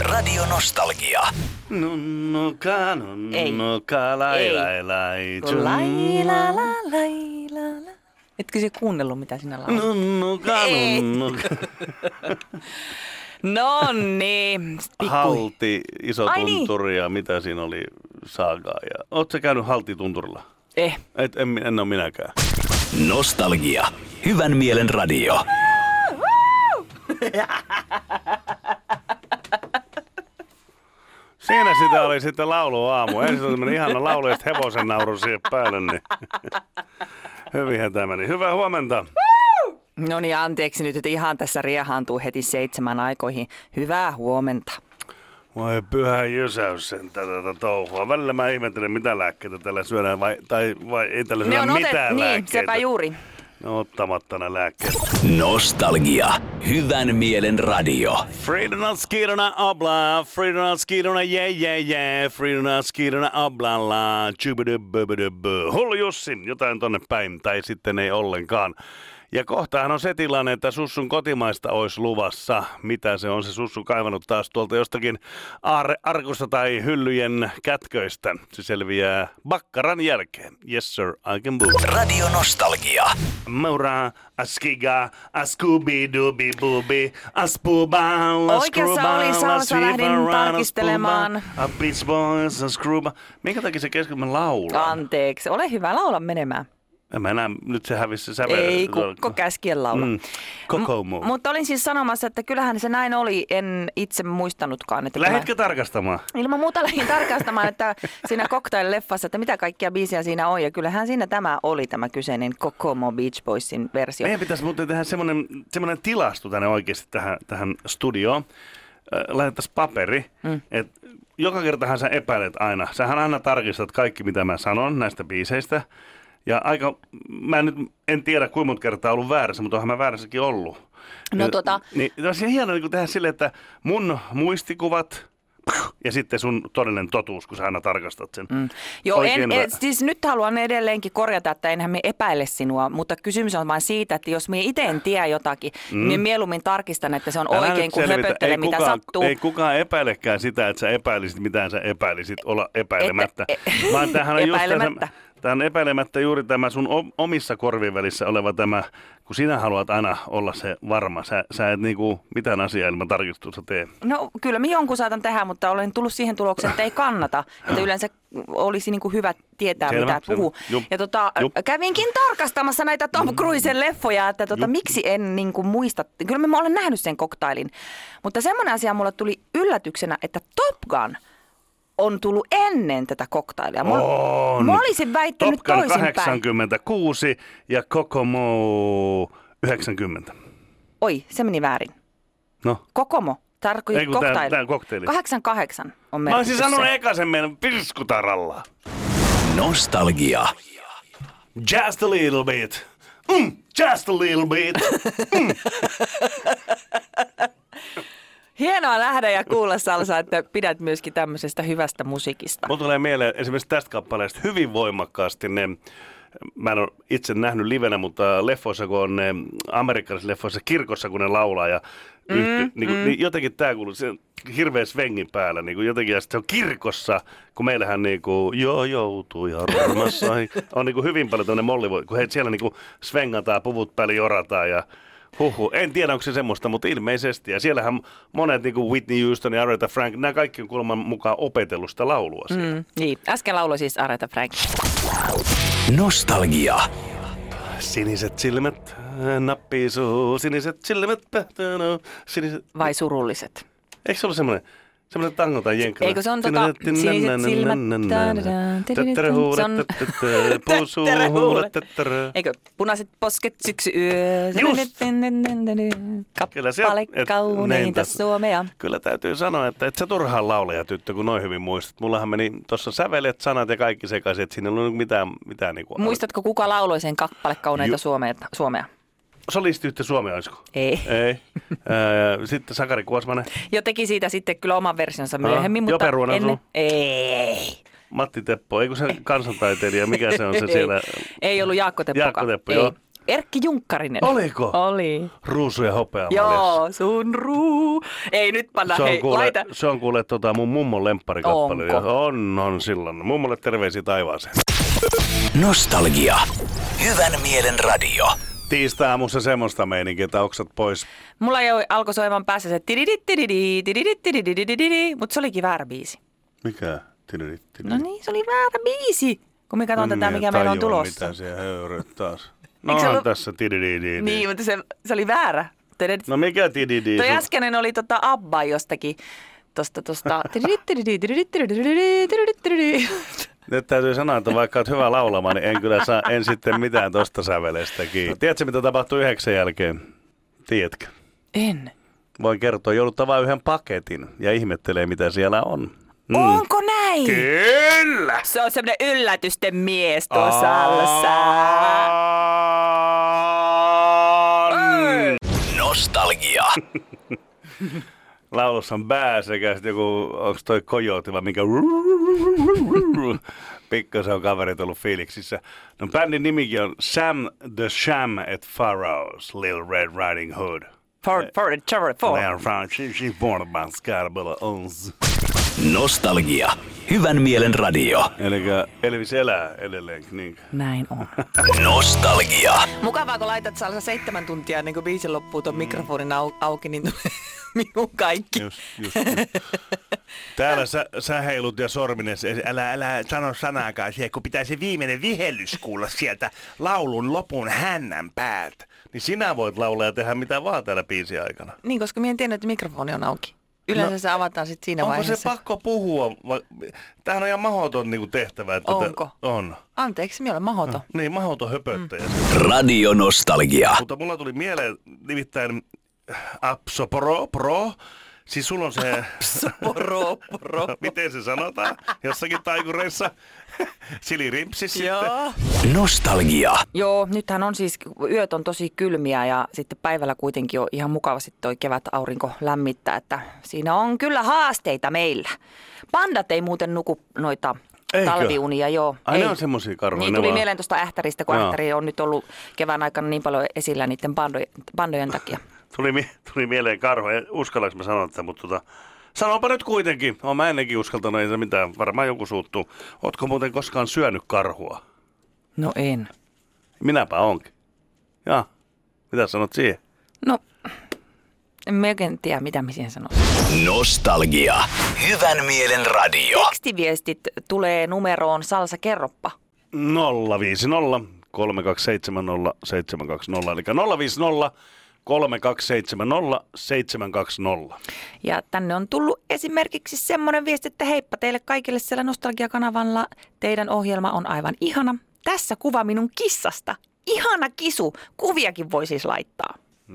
Radio Nostalgia. Nunnu ka, Ei. nunnu ka, lai Ei. lai lai. Kun lai, la, la, lai, la, No. la. Etkö se kuunnellut, mitä sinä laulat? Nunnu ka, Ei. nunnu ka. No niin. pikku- Halti, iso Ai niin. tunturi ja mitä siinä oli, saagaa. Ja... Ootko sä käynyt haltitunturilla? Eh. Et, en, en ole minäkään. Nostalgia. Hyvän mielen radio. Siinä sitä oli sitten laulu aamu. Ensin oli semmoinen ihana laulu ja sitten hevosen nauru siihen päälle. Niin. Hyvinhän tämä meni. Hyvää huomenta. No niin, anteeksi nyt, että ihan tässä riehaantuu heti seitsemän aikoihin. Hyvää huomenta. Voi pyhä jysäys sen tätä touhua. Välillä mä ihmettelen, mitä lääkkeitä tällä syödään vai, tai vai ei No tällä syödä mitään niin, lääkkeitä. sepä juuri. Ne on ottamatta ne lääkkeet. Nostalgia. Hyvän mielen radio. Freedom on skidona obla, freedom on skidona yeah yeah yeah, freedom on skidona obla la, chubidububidubu. Hullu Jussi, jotain tonne päin, tai sitten ei ollenkaan. Ja kohtahan on se tilanne, että sussun kotimaista olisi luvassa. Mitä se on se sussu kaivannut taas tuolta jostakin aarre arkusta tai hyllyjen kätköistä. Se selviää bakkaran jälkeen. Yes sir, I can boot. Radio Nostalgia. Maura, askiga, askubidubibubi, aspuba, Oikeassa oli Salsa, lähdin tarkistelemaan. A bitch boys, askuba. Minkä takia se kesken mä laulan? Anteeksi, ole hyvä, laula menemään. En mä enää, nyt se hävisi se sävel. Ah. Ei, kukko käskien laula. Mm. Koko muu. M- mutta olin siis sanomassa, että kyllähän se näin oli. En itse muistanutkaan. Että Lähdetkö tarkastamaan? Mä, ilman muuta lähdin tarkastamaan, että siinä cocktail-leffassa, että mitä kaikkia biisiä siinä on. Ja kyllähän siinä tämä oli, tämä kyseinen Kokomo Beach Boysin versio. Meidän pitäisi muuten tehdä semmoinen, semmoinen tilasto tänne oikeasti tähän, tähän studioon. Äh, Lähettäisiin paperi, mm. että joka kertahan sä epäilet aina. Sähän aina tarkistat kaikki, mitä mä sanon näistä biiseistä. Ja aika, mä nyt en tiedä kuinka monta kertaa ollut väärässä, mutta onhan mä väärässäkin ollut. No tota- Niin, olisi hienoa niin tehdä silleen, että mun muistikuvat ja sitten sun todellinen totuus, kun sä aina tarkastat sen. Mm. Joo, en, en, siis nyt haluan edelleenkin korjata, että enhän me epäile sinua, mutta kysymys on vain siitä, että jos minä itse en tiedä jotakin, mm. niin mieluummin tarkistan, että se on Älä oikein, nyt kun selvitä. höpöttele, ei mitä kukaan, sattuu. Ei kukaan epäilekään sitä, että sä epäilisit mitään sä epäilisit olla E- epäilemättä. et- Vaan tämähän on just e- Epäilemättä. Tämä on epäilemättä juuri tämä sun o- omissa korvin välissä oleva tämä, kun sinä haluat aina olla se varma. Sä, sä et niinku mitään asiaa ilman tarkistusta tee. No kyllä, minä jonkun saatan tehdä, mutta olen tullut siihen tulokseen, että ei kannata. Että yleensä olisi niin kuin hyvä tietää, Selvä, mitä selvä. puhuu. Jup, Ja tota, jup. Mm. kävinkin tarkastamassa näitä Tom Cruisen leffoja, että tota, Jup. miksi en niin kuin muista. Kyllä mä- mä olen nähnyt sen koktailin. Mutta semmoinen asia mulle tuli yllätyksenä, että Top Gun on tullut ennen tätä koktailia. Mä, On. mä olisin väittänyt Top Gun toisinpäin. 86 ja Kokomo 90. Oi, se meni väärin. No. Kokomo. Ei, Tarkoitin kun tää- koktaili. tää on koktaili. 88 on Mä olisin merkitys sanonut se. eka sen meidän pirskutaralla. Nostalgia. Just a little bit. Mm, just a little bit. Hienoa lähdä ja kuulla Salsa, että pidät myöskin tämmöisestä hyvästä musiikista. Mulla tulee mieleen esimerkiksi tästä kappaleesta hyvin voimakkaasti ne, mä en ole itse nähnyt livenä, mutta leffoissa, kun on ne amerikkalaisissa leffoissa kirkossa, kun ne laulaa ja yhty, niin, kuin, niin jotenkin tämä kuuluu sen hirveän svengin päällä, niin kuin jotenkin, ja sitten se on kirkossa, kun meillähän niin kuin, joo joutuu ja armassa, on niin kuin hyvin paljon tuonne mollivo, kun he siellä niin kuin svengataan, puvut päälle jorataan ja Huhu, en tiedä onko se semmoista, mutta ilmeisesti. Ja siellähän monet, niin kuin Whitney Houston ja Aretha Frank, nämä kaikki on kuuleman mukaan opetellut sitä laulua siis. siellä. Mm, niin. Äsken lauloi siis Aretha Frank. Nostalgia. Siniset silmät äh, nappii suu, siniset silmät pähtönö, siniset... Vai surulliset? Eikö se ollut semmoinen? Semmoinen tango tai jenkkälä? Eikö se on tota, siniset silmät, tadadaan, tididididin, se on- Puusuuhuulet, töttörö. Eikö punaiset posket syksy yö? Just! Kyllä se on- Kappale et- näin kauneinta tässä. Suomea. Kyllä täytyy sanoa, että et sä turhaan lauleja tyttö, kun noin hyvin muistat. Mullahan meni tuossa sävelet, sanat ja kaikki sekaisin, että siinä ei ollut mitään, mitään niinku... Muistatko, kuka lauloi sen kappale kauneita Ju- Suomea? Suomea? Solistiyhtiö Suomi, olisiko? Ei. Ei. Öö, Sitten Sakari Kuosmanen, Ja teki siitä sitten kyllä oman versionsa Aha. myöhemmin, mutta Jope Ruonansuu. ennen... Ei. Matti Teppo, eikö se kansantaiteilija, mikä se on se siellä? Ei, ei ollut Jaakko Teppoka. Jaakko Teppo, joo. Erkki Junkkarinen. Oliko? Oli. Ruusu ja hopea Joo, sun ruu. Ei nyt panna, Se on, hei, kuule, laita. se on kuule tota mun mummon lempparikappale. Onko? Ja On, on silloin. Mummolle terveisiä taivaaseen. Nostalgia. Hyvän mielen radio. Tiistaamussa semmoista meininkiä, että oksat pois. Mulla jo alkoi soimaan päässä se tididit, tididit, tididit, tididit, tididit, mutta se olikin väärä biisi. Mikä? Tididit, tididit. No niin, se oli väärä biisi, kun me katson En tätä, minä mikä meillä on tajua, tulossa. Mitä siellä höyryt taas? No se on ollut- tässä tidididi. Niin, mutta se, se oli väärä. Tididit. No mikä tididi? Toi sun- äskeinen oli tota Abba jostakin. Tosta, tosta. Nyt täytyy sanoa, että vaikka olet hyvä laulamaan, niin en kyllä saa, en sitten mitään tosta sävelestä kiinni. Tiedätkö, mitä tapahtui yhdeksän jälkeen? Tiedätkö? En. Voin kertoa, joudut avaamaan yhden paketin ja ihmettelee, mitä siellä on. Mm. Onko näin? Kyllä! Se on semmoinen yllätysten mies tuossa alassa. Aan. Nostalgia. Laulussa on bää sekä sit joku, onks toi kojoti vai mikä pikkasen on kaverit ollut fiiliksissä. No bändin nimikin on Sam the Sham at Pharaoh's Little Red Riding Hood. For, for, for, for. They are from- she- she's born about Scarborough Owns. Nostalgia. Hyvän mielen radio. Elikkä Elvis elää edelleenkin. Niin. Näin on. Nostalgia. Mukavaa, kun laitat salsa seitsemän tuntia ennen kuin biisin loppuu Mm. tuon mikrofonin au- auki, niin tulee minun kaikki. Just, just, just. Täällä sä, sä heilut ja sorminen, älä, älä sano sanaakaan siihen, kun pitää se viimeinen vihellys kuulla sieltä laulun lopun hännän päät. Niin sinä voit laulaa ja tehdä mitä vaan täällä biisin aikana. Niin, koska minä en tiennyt, että mikrofoni on auki. Yleensä no, se avataan sitten siinä Onko niin se vaiheessa. pakko puhua? vai- Tämähän on ihan mahoton niinku tehtävä. Että tätä- Onko? on. Anteeksi, minä olen mahoto. Niin, mahoton höpöttäjä. Mm. Radio Nostalgia. Mutta mulla tuli mieleen nimittäin äh, Apso Pro, Pro. Siis sulla on se... Poro, poro. Miten se sanotaan? Jossakin taikureissa. Silirimpsis sitten. Joo. Nostalgia. Joo, nythän on siis, yöt on tosi kylmiä ja sitten päivällä kuitenkin on ihan mukavasti toi kevät aurinko lämmittää, että siinä on kyllä haasteita meillä. Pandat ei muuten nuku noita Eikö? talviunia, joo. Ai ne ei. on semmosia karvoja, Niin ne tuli vaan- mieleen tuosta ähtäristä, kun Joo. ähtäri on nyt ollut kevään aikana niin paljon esillä niiden pandojen, pandojen takia. Tuli, mi- tuli mieleen karho. En- Uskallanko mä sanoa tätä, mutta tota, sanonpa nyt kuitenkin. Oon mä ennenkin uskaltanut, ei se mitään. Varmaan joku suuttuu. Ootko muuten koskaan syönyt karhua? No en. Minäpä onkin. Ja, mitä sanot siihen? No, en mä oikein tiedä, mitä mä siihen sanon. Nostalgia. Hyvän mielen radio. Tekstiviestit tulee numeroon Salsa Kerroppa. 050 3270 720, eli 050 3270 720. Ja tänne on tullut esimerkiksi semmoinen viesti, että heippa teille kaikille siellä Nostalgia-kanavalla. Teidän ohjelma on aivan ihana. Tässä kuva minun kissasta. Ihana kisu. Kuviakin voi siis laittaa.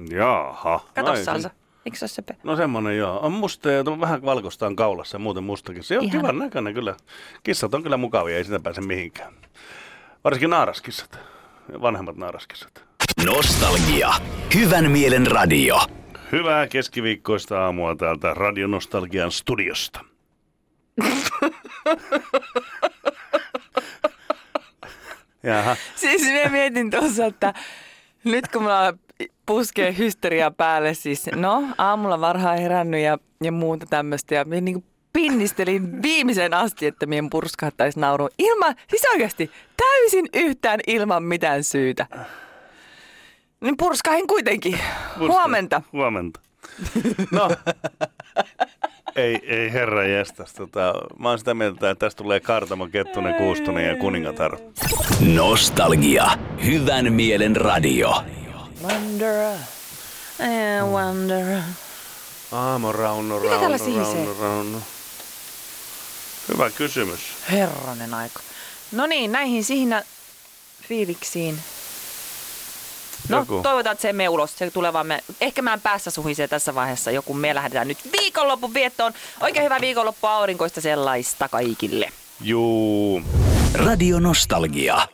Jaaha. Kato Ai, niin. Salsa. se- Eikö se ole söpö? No semmonen joo. On musta ja tuo vähän valkoista on kaulassa ja muuten mustakin. Se on Ihana. kivan näköinen kyllä. Kissat on kyllä mukavia, ei sitä pääse mihinkään. Varsinkin naaraskissat. Ja Vanhemmat naaraskissat. Nostalgia. Hyvän mielen radio. Hyvää keskiviikkoista aamua täältä Radionostalgian studiosta. Jaha. Siis mä mietin tuossa, että nyt kun mulla puskee hysteria päälle, siis no aamulla varhain herännyt ja, ja muuta tämmöistä. Ja minä niin pinnistelin viimeisen asti, että minä purskahtaisi nauruun. Ilman, siis oikeasti täysin yhtään ilman mitään syytä. Niin purskahin kuitenkin. Huomenta. Huomenta. No, ei, ei herra jästäs. Tota, mä oon sitä mieltä, että tästä tulee Kartamo, Kettunen, Kuustonen ja Kuningatar. Nostalgia. Hyvän mielen radio. Wanderer. eh, Wanderer. Aamo, Rauno, Mikä Rauno, täällä sihisee? Rauno, Rauno. Hyvä kysymys. Herranen aika. No niin, näihin siinä fiiliksiin. No, Joku. toivotaan, että se ei mene ulos. Se tulee vaan me... Ehkä mä en päässä suhisee tässä vaiheessa joku. Me lähdetään nyt viikonlopun viettoon. Oikein hyvää viikonloppua aurinkoista sellaista kaikille. Juu. Radio Nostalgia.